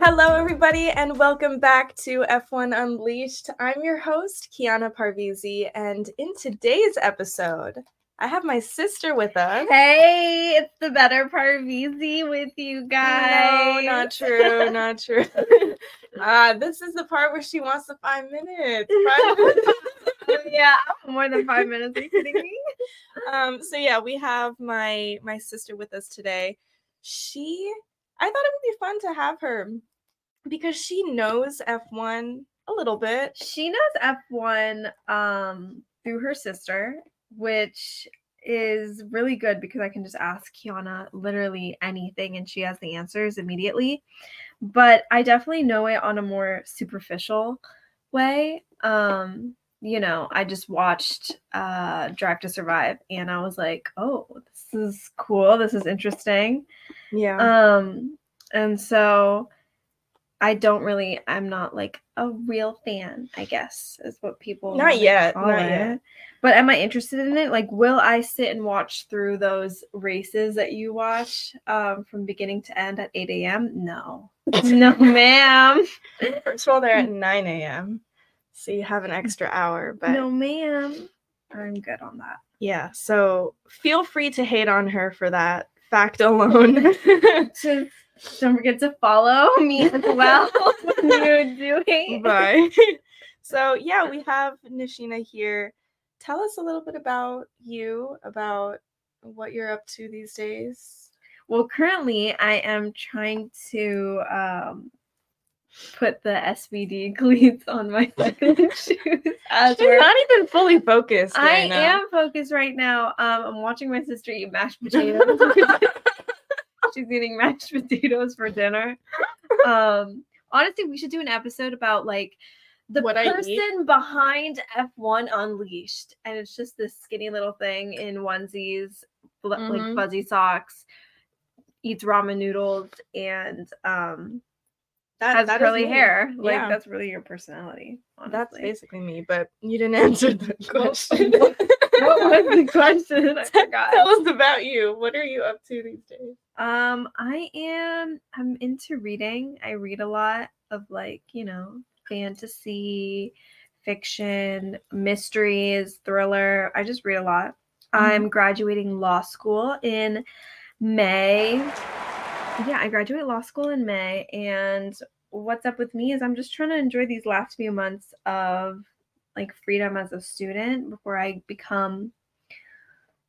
Hello, everybody, and welcome back to F1 Unleashed. I'm your host, Kiana Parvizi, and in today's episode, I have my sister with us. Hey, it's the better Parvizi with you guys. No, not true, not true. Ah, this is the part where she wants the five minutes. Five minutes. yeah, uh, more than five minutes. Are you kidding me? um, so yeah, we have my my sister with us today. She, I thought it would be fun to have her because she knows F1 a little bit. She knows F1 um, through her sister, which is really good because I can just ask Kiana literally anything and she has the answers immediately. But I definitely know it on a more superficial way. Um, you know, I just watched uh Drive to Survive and I was like, "Oh, this is cool. This is interesting." Yeah. Um, and so I don't really, I'm not like a real fan, I guess, is what people Not would yet, call not yet. it. But am I interested in it? Like, will I sit and watch through those races that you watch um, from beginning to end at 8 a.m.? No, no, ma'am, First of all, they're Mm. at 9 a.m. So you have an extra hour. But no, ma'am. I'm good on that. yeah, so feel free to hate on her for that fact alone. So don't forget to follow me as well when you're doing. Bye. so yeah, we have Nishina here. Tell us a little bit about you, about what you're up to these days. Well, currently I am trying to um, put the SVD cleats on my cycling shoes. As She's we're- not even fully focused. I right now. am focused right now. Um, I'm watching my sister eat mashed potatoes. She's eating mashed potatoes for dinner. Um, honestly, we should do an episode about like the What I eat? person behind F1 Unleashed, and it's just this skinny little thing in onesies, bl- Mhm. like fuzzy socks, eats ramen noodles, and um, That, has that is curly me. hair. Like Yeah. that's really your personality. That's honestly. basically me, but you didn't answer the question. what was the question? I forgot. Tell us about you. What are you up to these days? Um, I am I'm into reading. I read a lot of like, you know, fantasy, fiction, mysteries, thriller. I just read a lot. I'm graduating law school in May. Yeah, I graduate law school in May and what's up with me is I'm just trying to enjoy these last few months of like freedom as a student before I become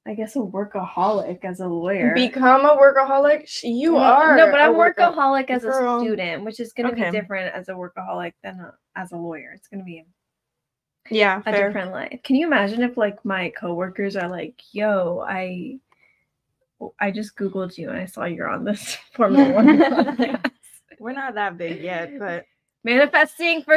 I guess a workaholic as a lawyer. Become a workaholic? Sh- You Well, are. no, but a I'm worka- workaholic as a girl. student, which is going to Okay. be different as a workaholic than a, as a lawyer. It's going to be Yeah, a fair. different life. Can you imagine if like my coworkers are like, "Yo, I, I just googled you and I saw you're on this Formula One podcast. We're not that big yet, but manifesting for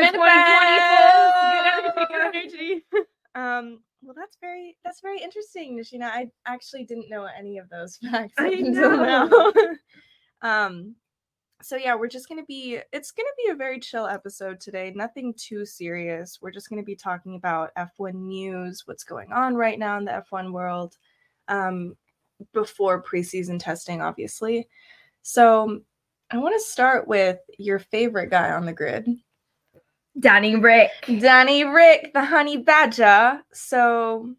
2024. Good energy. Um, well, that's very that's very interesting, Nishina. I actually didn't know any of those facts I up until know. now. um, so yeah, we're just gonna be it's gonna be a very chill episode today. Nothing too serious. We're just gonna be talking about F1 news, what's going on right now in the F1 world, um, before preseason testing, obviously. So. I want to start with your favorite guy on the grid. Danny Rick. Danny Rick, the honey badger. So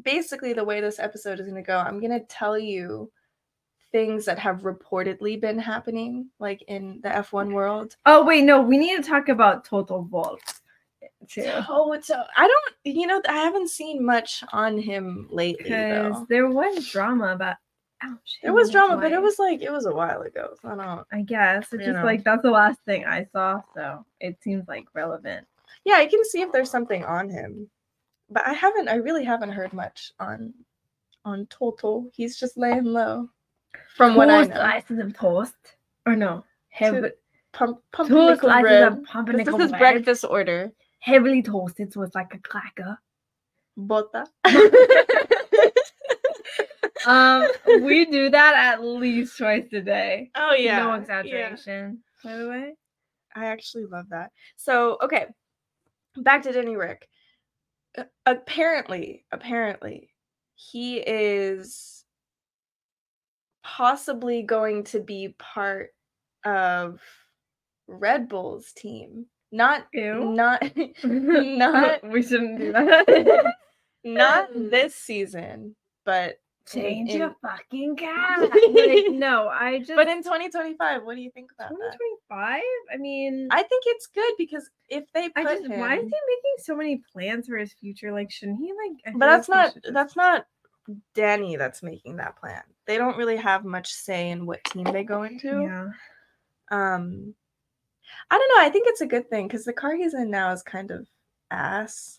basically, the way this episode is going to go, I'm going to tell you things that have reportedly been happening, like in the F1 world. Oh wait, no, we need to talk about Total Vault too. Oh, it's a, I don't, you know, I haven't seen much on him lately, Because though. there was drama about. oh, Ouch, It was him and his drama, but it wife. was like, it was a while ago. So I don't, I guess it's You just know. like that's the last thing I saw, so it seems like relevant. yeah, I can see if there's something on him, but I haven't, I really haven't heard much on, on Toto. He's just laying low from what I Two know. slices of toast, or no, heavy, pump, pump two slices of This pumpernickel is his bread, breakfast order. heavily toasted, so it's like a cracker. Bota. Um, we do that at least twice a day. oh yeah. no yeah. exaggeration. By the way, I actually love that. So okay, back to Denny Rick. Uh, apparently, apparently, he is possibly going to be part of Red Bull's team. Not Ew. not Not. Mm. we shouldn't do that. not this season, but Change In- your fucking car. Like, no, I just. but in 2025, what do you think about that? 2025? I mean, I, I think it's good because if they put just. him, Why is he making so many plans for his future? Like, shouldn't he, like. I feel but that's like not he should just- that's not Danny that's making that plan. They don't really have much say in what team they go into. Yeah. Um, I don't know. I think it's a good thing because the car he's in now is kind of ass.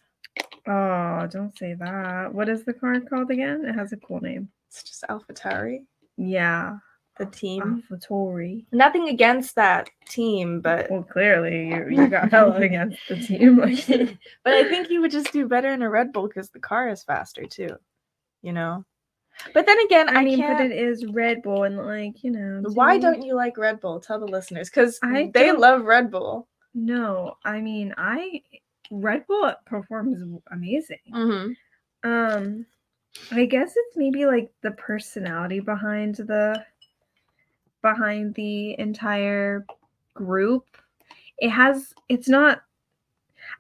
Oh, don't say that. What is the car called again? It has a cool name. It's just AlphaTauri, Yeah. the Oh, team. Alphatori. Nothing against that team, but Well, clearly you, you got hella against the team. Like, but I think you would just do better in a Red Bull because the car is faster too. You know. But then again, I, I mean, can't. but it is Red Bull, and like you know, Why do- don't you like Red Bull? Tell the listeners because I they don't- love Red Bull. No, I mean, I Red Bull performs amazing. Mm-hmm. Um, I guess it's maybe like the personality behind the behind the entire group. It has it's not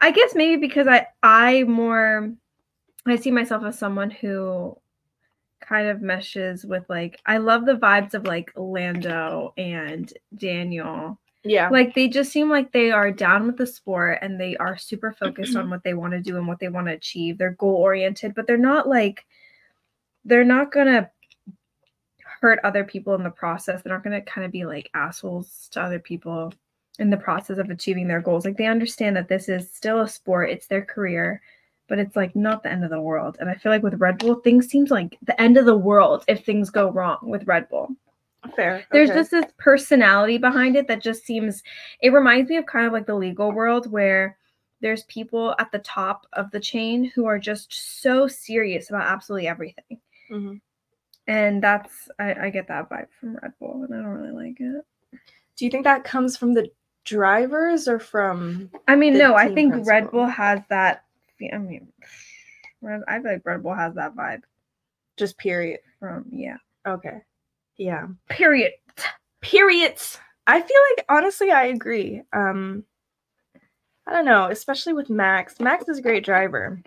I guess maybe because I I more I see myself as someone who kind of meshes with like I love the vibes of like Lando and Daniel Yeah. like they just seem like they are down with the sport and they are super focused on what they want to do and what they want to achieve they're goal oriented but they're not like they're not gonna hurt other people in the process they're not gonna kind of be like assholes to other people in the process of achieving their goals like they understand that this is still a sport it's their career but it's like not the end of the world and i feel like with red bull things seems like the end of the world if things go wrong with red bull Fair. there's okay. just this personality behind it that just seems it reminds me of kind of like the legal world where there's people at the top of the chain who are just so serious about absolutely everything Mhm. and that's i, I get that vibe from red bull and i don't really like it Do you think that comes from the drivers or from? i mean The no i team think red principle. bull has that fe- i mean Red- i feel like red bull has that vibe Just period. from yeah Okay. Yeah. period Periods. I feel like honestly, I agree. Um, I don't know, especially with Max. Max is a great driver.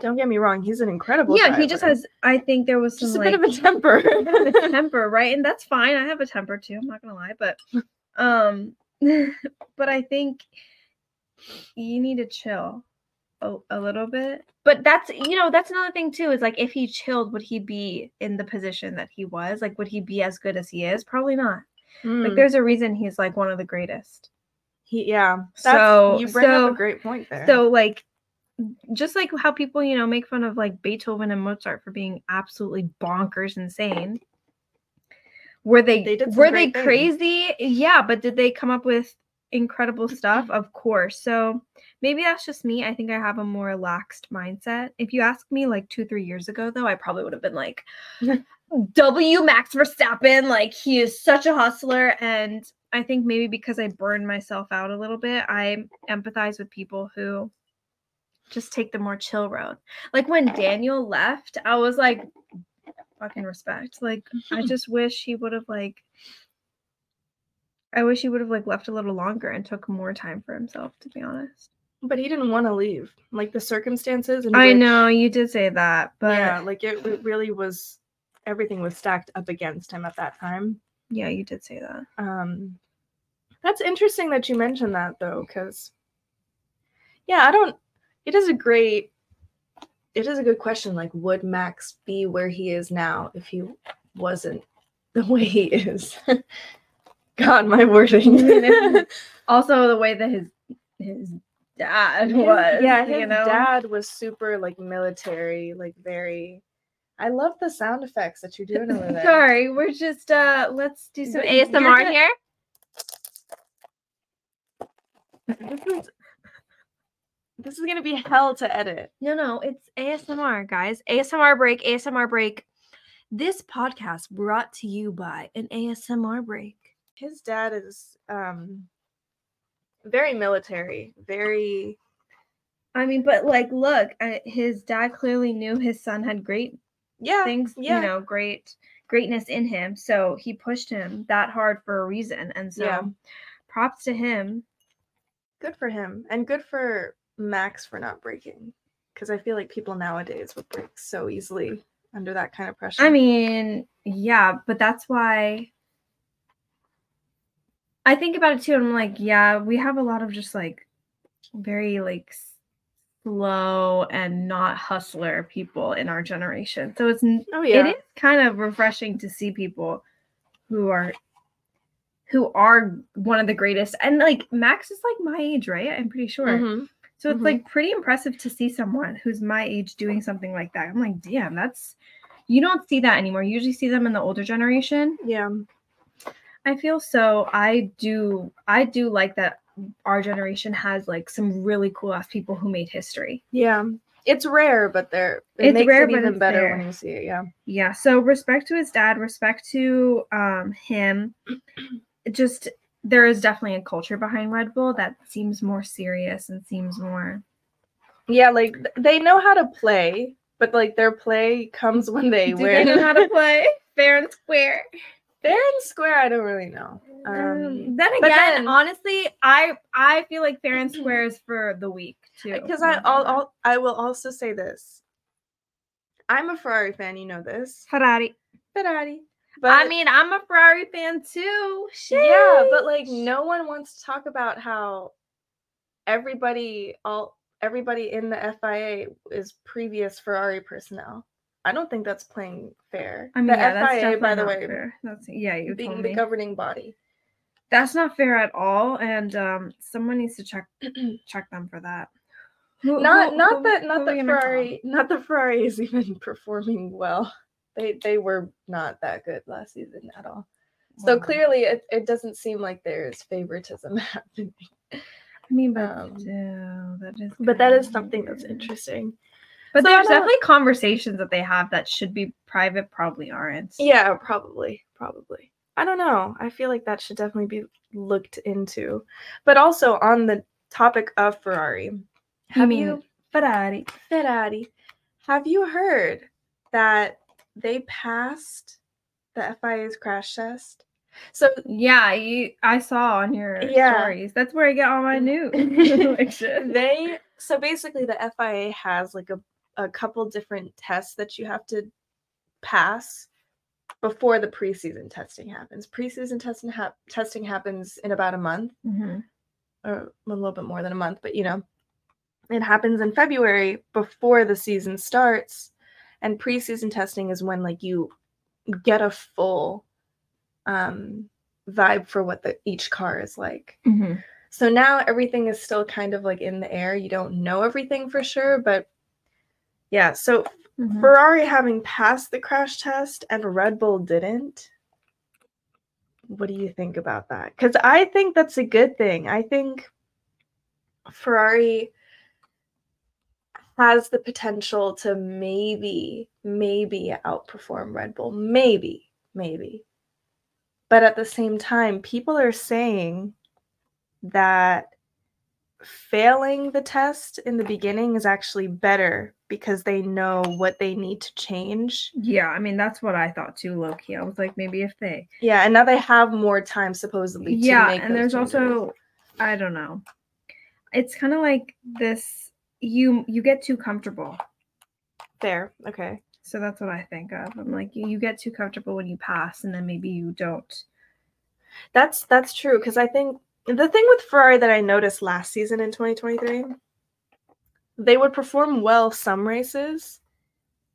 Don't get me wrong; he's an incredible. yeah he just driver. has i think there was some just a like, bit of a temper. have a temper, right? And that's fine. I have a temper too. I'm not gonna lie, but um, but I think you need to chill a, a little bit. But that's you know that's another thing too. Is like if he chilled, would he be in the position that he was? Like, would he be as good as he is? Probably not. Like, Mm, there's a reason he's like one of the greatest. he, yeah. That's, So- you bring up so- a great point there. So like just like how people, you know, make fun of like Beethoven and Mozart for being absolutely bonkers insane. Were they, They did some were they great things. crazy? Yeah, but did they come up with incredible stuff? Of course. So maybe that's just me. I think I have a more relaxed mindset. If you asked me like two, three years ago though, I probably would have been like W Max Verstappen, like he is such a hustler and I think maybe because I burn myself out a little bit, I empathize with people who just take the more chill road. Like when Daniel left, I was like, fucking respect. Like, I just wish he would have, like, I wish he would have, like, left a little longer and took more time for himself, to be honest. but he didn't want to leave. Like the circumstances. And I which- know you did say that, but yeah, yeah, like it, it really was. Everything was stacked up against him at that time. you did say that. Um, that's interesting that you mentioned that though, because yeah, I don't. It is a great. It is a good question. Like, would Max be where he is now if he wasn't the way he is? God, my wording. Also, the way that his his dad was, yeah, his you know, dad was super like military, like very. I love the sound effects that you're doing over there. Sorry, we're just uh let's do some You're ASMR good. here. this is this is gonna be hell to edit. No, no, it's ASMR, guys. ASMR break, ASMR break. This podcast brought to you by an ASMR break. his dad is um very military very I mean, but like, look, I, his dad clearly knew his son had great yeah things, yeah. you know, great greatness in him. So he pushed him that hard for a reason. And so Yeah. props to him. Good for him. And good for Max for not breaking. Because I feel like people nowadays would break so easily under that kind of pressure. I mean, yeah, but that's why I think about it too. And I'm like, yeah, we have a lot of just like very like slow and not hustler people in our generation. So it's n- oh, yeah. it is kind of refreshing to see people who are who are one of the greatest. And like Max is like my age, right? I'm pretty sure. Mhm. So it's Mhm. like pretty impressive to see someone who's my age doing something like that. I'm like, damn, that's you don't see that anymore. You usually see them in the older generation. Yeah. I feel so I do I do like that our generation has like some really cool ass people who made history. Yeah. It's rare, but they're it It's makes rare, it but even it's better there. when you see it. Yeah. Yeah, so respect to his dad, respect to um him. Just there is definitely a culture behind Red Bull that seems more serious and seems more Yeah, like th- they know how to play, but like their play comes when they Do win. they know how to play fair and square. Fair and square, I don't really know. Um, Um, then again, but then- honestly, I I feel like fair and square is for the week too. because I I'll, I'll, I will also say this. I'm a Ferrari fan, you know this. Ferrari. Ferrari. But I mean, I'm a Ferrari fan too. yeah, but Sheesh. like no one wants to talk about how everybody all everybody in the FIA is previous Ferrari personnel. I don't think that's playing fair. I mean, the yeah, that's FIA, definitely by the not way, fair. That's, yeah, you told being me. the governing body. that's not fair at all, and um, someone needs to check check them for that. Who- not who- not who- that who not are that we gonna call? Ferrari not that Ferrari is even performing well. They they were not that good last season at all. So Wow. clearly, it, it doesn't seem like there's favoritism happening. I mean, but um, still, that is But that is kinda something that's weird. interesting. But So I there's don't- definitely conversations that they have that should be private, probably aren't. Yeah, probably, probably. I don't know. I feel like that should definitely be looked into. But also on the topic of Ferrari, have mean- you Ferrari. Ferrari, have you heard that they passed the FIA's crash test? So Yeah, you. I saw on your Yeah. stories. That's where I get all my news. Like, shit. they so basically the FIA has like a, a couple different tests that you have to pass before the preseason testing happens. Preseason testing hap testing happens in about a month Mhm. or a little bit more than a month, but you know, it happens in February before the season starts. And preseason testing is when like you get a full um vibe for what the each car is like. Mhm. So now everything is still kind of like in the air. You don't know everything for sure, but yeah, so Mhm. Ferrari having passed the crash test and Red Bull didn't. What do you think about that? Because I think that's a good thing. I think Ferrari has the potential to maybe, maybe outperform Red Bull. Maybe, maybe. But at the same time, people are saying that failing the test in the beginning is actually better because they know what they need to change. Yeah, I mean that's what I thought too, low key. I was like, maybe if they. Yeah, and now they have more time supposedly to Yeah, make and those there's changes. also, I don't know. It's kind of like this. You you get too comfortable. there. Okay. So that's what I think of. I'm like, you, you get too comfortable when you pass, and then maybe you don't. That's that's true because I think the thing with Ferrari that I noticed last season in 2023 they would perform well some races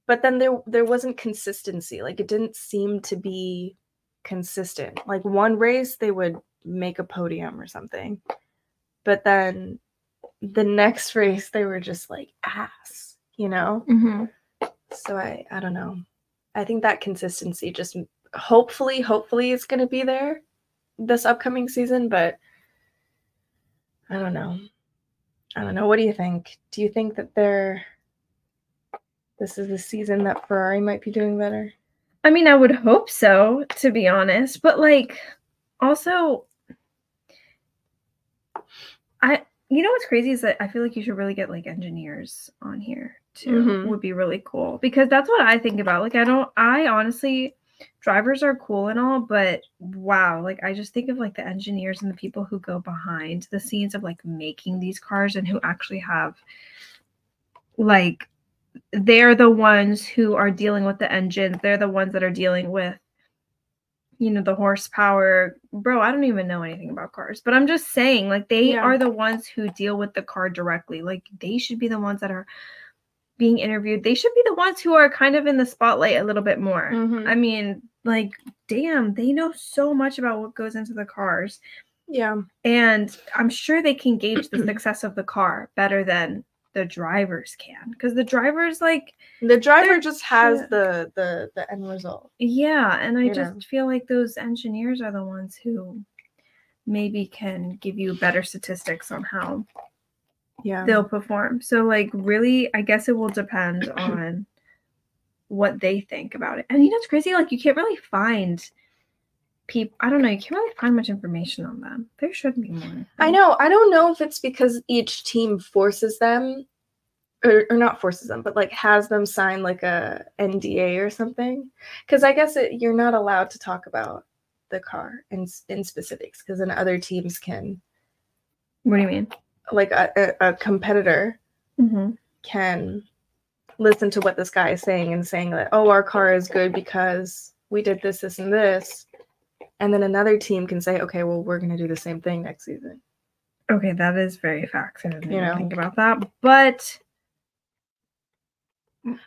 but then there there wasn't consistency like it didn't seem to be consistent like one race they would make a podium or something but then the next race they were just like ass you know Mm-hmm. so i i don't know i think that consistency just hopefully hopefully it's going to be there this upcoming season but i don't know i don't know what do you think do you think that they're this is the season that ferrari might be doing better I mean, I would hope so, to be honest. But like, also, I you know what's crazy is that I feel like you should really get like engineers on here too. Mhm. Would be really cool because that's what I think about. Like, I don't. I honestly drivers are cool and all, but wow, like I just think of like the engineers and the people who go behind the scenes of like making these cars and who actually have like they're the ones who are dealing with the engines. They're the ones that are dealing with you know the horsepower bro i don't even know anything about cars but i'm just saying like they Yeah. are the ones who deal with the car directly like they should be the ones that are being interviewed they should be the ones who are kind of in the spotlight a little bit more Mhm. i mean like damn they know so much about what goes into the cars Yeah. and i'm sure they can gauge the success of the car better than the drivers can because the drivers like The driver They're- just has yeah. the the the end result. Yeah, and I You just know. feel like those engineers are the ones who maybe can give you better statistics on how Yeah. they'll perform. So like really, I guess it will depend on what they think about it. And you know it's crazy like you can't really find people I don't know, you can't really find much information on them. There should be more. I know. I don't know if it's because each team forces them or, or not forces them, but like has them sign like a NDA or something. Because I guess it, you're not allowed to talk about the car in s- in specifics because then other teams can What do you mean? like a, a, a competitor Mm-hmm. can listen to what this guy is saying and saying that oh our car is good because we did this this and this and then another team can say okay well we're going to do the same thing next season Okay, that is very facts. I didn't You even know. think about that. But,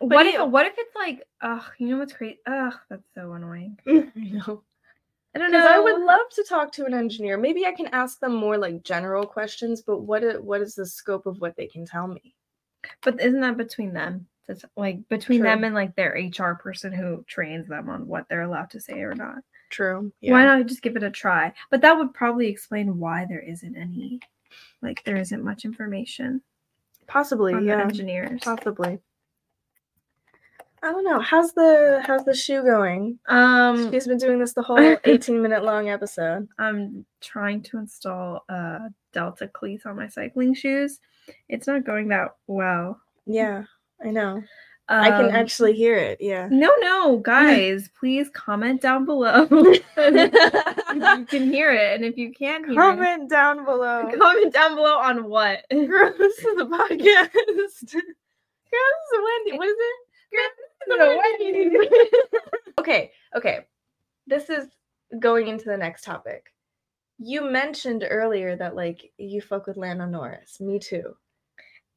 what you- if what if it's like, ugh, you know what's crazy? Ugh, that's so annoying. you know I don't know. Because I would love to talk to an engineer. Maybe I can ask them more like general questions, but what i- what is the scope of what they can tell me? but isn't that between them? That's like between True. them and like their HR person who trains them on what they're allowed to say or not. True. Why not just give it a try? But that would probably explain why there isn't any, like there isn't much information Possibly. on the Yeah. engineers. Possibly. I don't know. How's the how's the shoe going? Um, She's been doing this the whole 18 minute long episode. I'm trying to install uh Delta cleats on my cycling shoes. It's not going that well. Yeah, I know. I can Um, actually hear it. Yeah. No, no, guys, please comment down below if you Comment can hear it, and if you can't hear down below. it, comment down below on what. Girl, this is the podcast. Girl, this is Wendy. What is it? okay, okay. This is going into the next topic. You mentioned earlier that like you fuck with Lana Norris. Me too.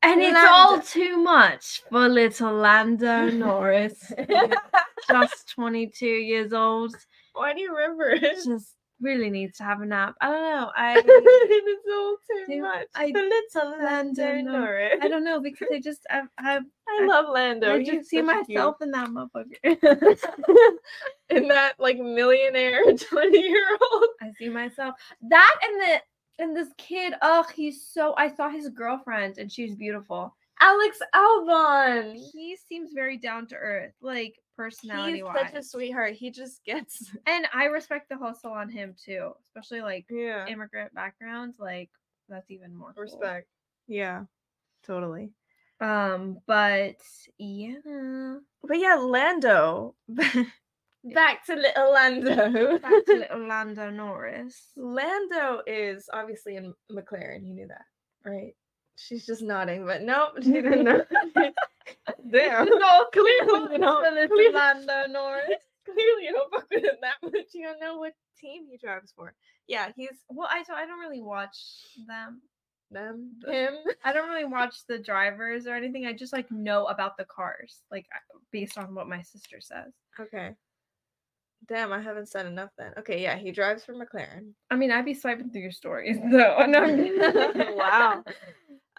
and it's Lando. all too much for little Lando Norris, just 22 years old. Why do you remember it? Just really needs to have a nap. I don't know. I it's all too Do much. the I- little Lando, Lando Nor- Norris. I don't know because I just I, I, I love Lando. I He's just see such a cute- myself in that motherfucker. in that like millionaire 20 year old. I see myself that and the and this kid. Ugh, he's so. I saw his girlfriend and she's beautiful. Alex Albon. He seems very down to earth, like personality He's wise. such a sweetheart. He just gets and I respect the hustle on him too, especially like yeah immigrant background. Like that's even more cool. respect. Yeah, totally. Um, but yeah. But yeah, Lando. Back to little Lando. Back to little Lando Norris. Lando is obviously in McLaren. You knew that, right? She's just nodding, but nope, she didn't know. Damn. No, clearly you don't. Clearly, Lando Norris. clearly you don't fuck with him that much. You don't know what team he drives for. Yeah, he's Well, I so I don't really watch them. them, him. I don't really watch the drivers or anything. I just like know about the cars, like I- based on what my sister says. Okay. Damn, I haven't said enough then. Okay, yeah, he drives for McLaren. I mean, I'd be swiping through your stories though. and I'm- Wow.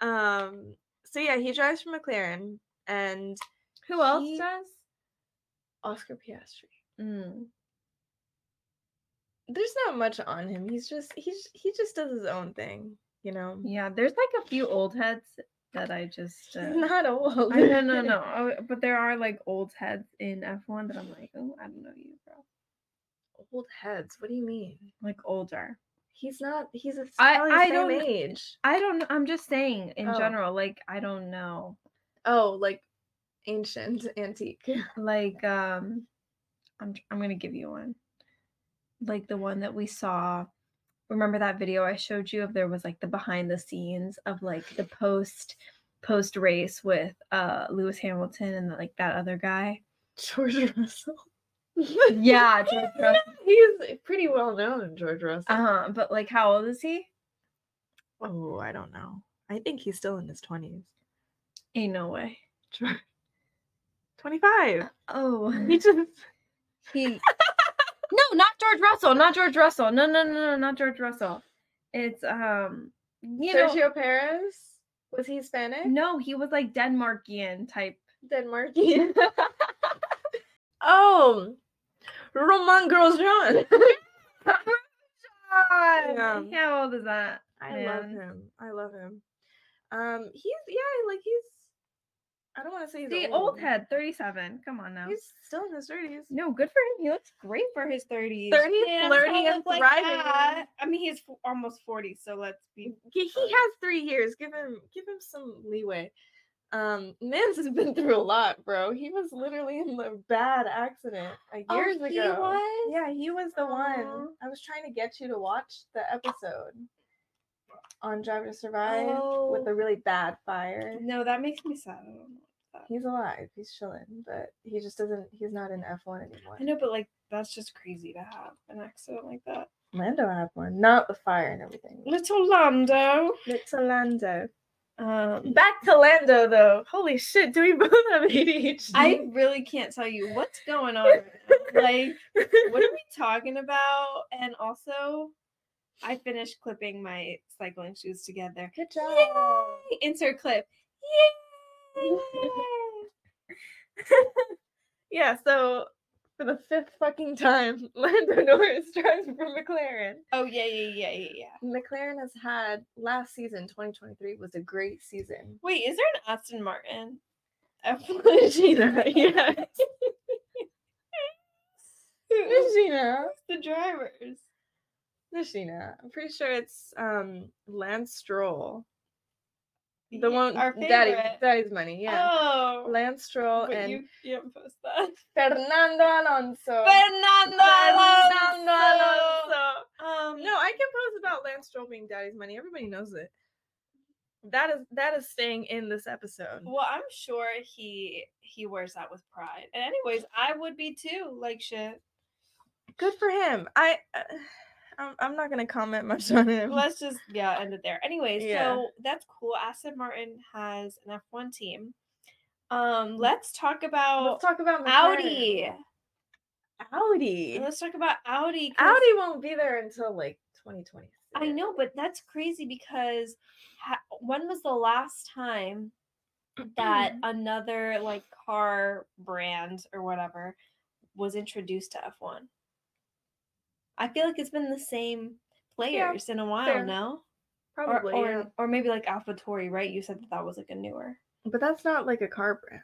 Um, so yeah, he drives for McLaren and Who else He- does? Oscar Piastri. Mm. There's not much on him. He's just he's he just does his own thing, you know. Yeah, there's like a few old heads that I just. He's Uh, not old. I no no no, oh, but there are like old heads in F1 that I'm like, oh, I don't know you, bro. old heads. What do you mean? Like older. He's not. He's a I- probably I same don't- age. I don't. kn- I'm just saying in Oh. general. Like I don't know. Oh, like ancient, antique. Like um, I'm I'm gonna give you one. Like the one that we saw. Remember that video I showed you of there was like the behind the scenes of like the post post race with uh Lewis Hamilton and like that other guy. George Russell. Yeah, George Russell. He's pretty well known, George Russell. Uh-huh, but like how old is he? oh, I don't know. I think he's still in his 20s. Ain't no way. George. 25. Oh, He just. he. no, not George Russell. Not George Russell. No, no, no, no, not George Russell. It's um, you know, Sergio Perez? Was he Hispanic? no, he was like Denmarkian type. Denmarkian. oh, Roman Grosjean. Yeah. How old is that? I love Man. him. I love him. Um, he's yeah, like he's. I don't want to say he's The old head, thirty-seven. Come on now. He's still in his thirties. No, good for him. He looks great for his 30s. 30, Can't flirty, look and like thriving. that. I mean, he's f- almost 40, so let's be. He, he has three years. Give him give him some leeway. Um, Mims has been through a lot, bro. He was literally in the bad accident like, years Oh, ago. he was? Oh. Yeah, he was the one. Aw. I was trying to get you to watch the episode on Drive to Survive Oh. with a really bad fire. No, that makes me sad. I don't know. He's alive. He's chilling, but he just doesn't. He's not in F one anymore. I know, but like that's just crazy to have an accident like that. Lando had one, not the fire and everything. Little Lando. It's a Lando. Um, Back to Lando though. Holy shit! Do we both have ADHD? I really can't tell you what's going on. right now. Like, what are we talking about? And also, I finished clipping my cycling shoes together. Good Yay! job. Insert clip. Yay! Yeah. So for the fifth fucking time, Lando Norris drives for McLaren. oh yeah, yeah, yeah, yeah, yeah. McLaren has had last season, 2023, was a great season. Wait, is there an Aston Martin? Oh, Gina, yes. Who's Gina. the drivers? Nishina. I'm pretty sure it's um Lance Stroll. The one our Daddy favorite. Daddy's money, yeah. Oh, Lance Stroll but and you can't post that. Fernando Alonso. Fernando Fernando Alonso. Alonso. Um, No, I can post about Lance Stroll being Daddy's money. Everybody knows it. That is that is staying in this episode. Well, I'm sure he he wears that with pride. And anyways, I would be too. Like shit. Good for him. I, uh, I'm, I'm not gonna comment much on him. Let's just yeah end it there. Anyways, Yeah. so that's cool. Aston Martin has an F1 team. Um, let's talk about Mm. Let's talk about McLaren. Audi. Audi. Let's talk about Audi. 'cause- Audi won't be there until like 2020. I know, but that's crazy because ha- when was the last time that Mm-hmm. another like car brand or whatever was introduced to F1. I feel like it's been the same players in a while fair. no? Or, probably. or, yeah. or maybe like AlphaTauri, right? You said that that was like a newer. But that's not like a car brand.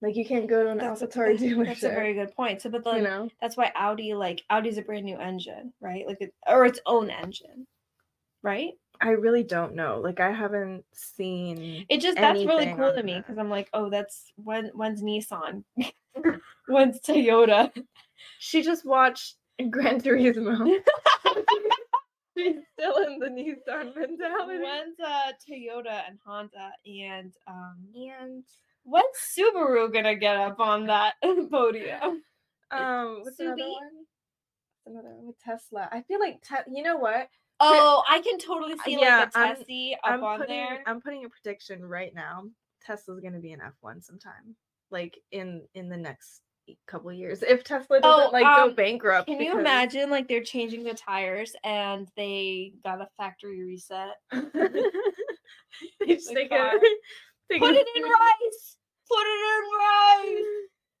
Like you can't go to an a- Alfatari dealership. That's a very good point. So, but like, you know, that's why Audi, like Audi's a brand new engine, right? Like, it, or its own engine, right? I really don't know. Like I haven't seen. It just that's really Anything cool on to me that. because I'm like, oh, that's when when's Nissan, when's Toyota. She just watched Gran Turismo. She's still in the Nissan mentality. When's uh, Toyota and Honda and um And when's Subaru gonna get up on that podium? um, what's another Subi- one? Another one with Tesla. I feel like te- you know what? Oh, I can totally see Yeah, like a I'm- Tessie up I'm on putting, there. I'm putting a prediction right now. Tesla's gonna be an F1 sometime, like in in the next e- couple of years. If Tesla doesn't Oh, like um, go bankrupt, Can you because- imagine like they're changing the tires and they got a factory reset? they just The take car. a, take Put a it in rice. Put it in rice.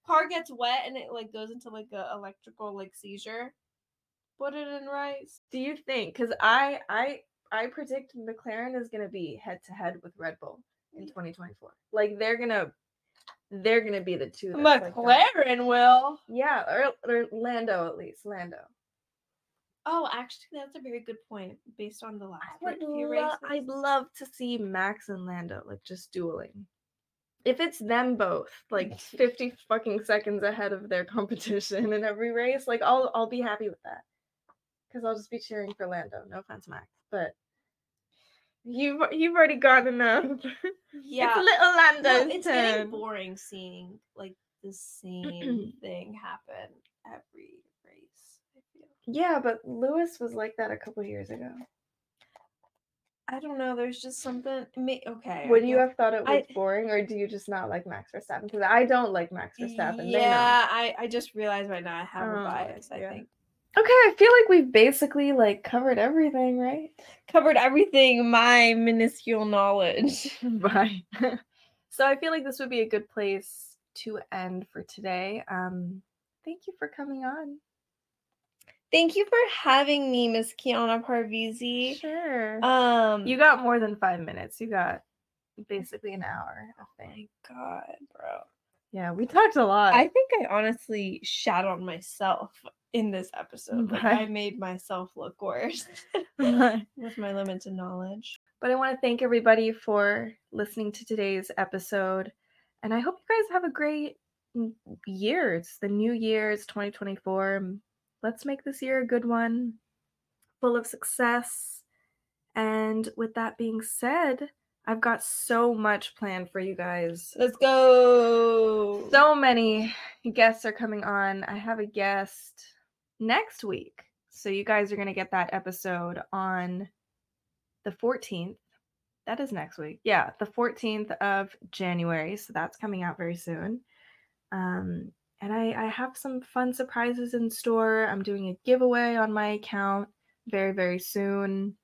Car gets wet and it like goes into like a electrical like seizure. Put it in rice. Do you think? Because I I I predict McLaren is gonna be head to head with Red Bull in 2024. Like they're gonna they're gonna be the two. that's like the- McLaren will. yeah, or, or Lando at least Lando. Oh, actually, that's a very good point based on the last I ra- would few lo- I'd races. love to see Max and Lando like just dueling. if it's them both like 50 fucking seconds ahead of their competition in every race like i'll i'll be happy with that because i'll just be cheering for lando no offense max but you've you've already got enough Yeah. it's little lando's No, it's turn getting boring seeing like the same thing happen every race. I feel. yeah but lewis was like that a couple years ago I don't know. There's just something. may- Okay. I would you guess- have thought it I- was boring or do you just not like max verstappen because i don't like max verstappen they know. Yeah, I, I just realized right now I have a Oh, bias. I yeah. think Okay, I feel like we've basically like covered everything, right? Covered everything, my minuscule knowledge. Bye. so I feel like this would be a good place to end for today. Um thank you for coming on. Thank you for having me, Miss Kiana Parvizi. Sure. Um, you got more than 5 minutes. You got basically an hour, I think. God, bro. Yeah, we talked a lot. I think I honestly shat on myself in this episode. Like, I Right. made myself look worse but with my limited knowledge. I want to thank everybody for listening to today's episode. And I hope you guys have a great n- year. It's the new year, it's 2024. Let's make this year a good one, full of success. And with that being said, I've got so much planned for you guys. Let's go. So many guests are coming on. I have a guest next week. So you guys are going to get that episode on the 14th. That is next week. Yeah, the 14th of January. So that's coming out very soon. Um, and I, I have some fun surprises in store. I'm doing a giveaway on my account very, very soon.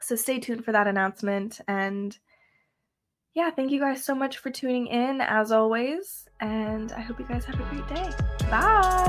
So stay tuned for that announcement. And yeah, thank you guys so much for tuning in as always. And I hope you guys have a great day. Bye.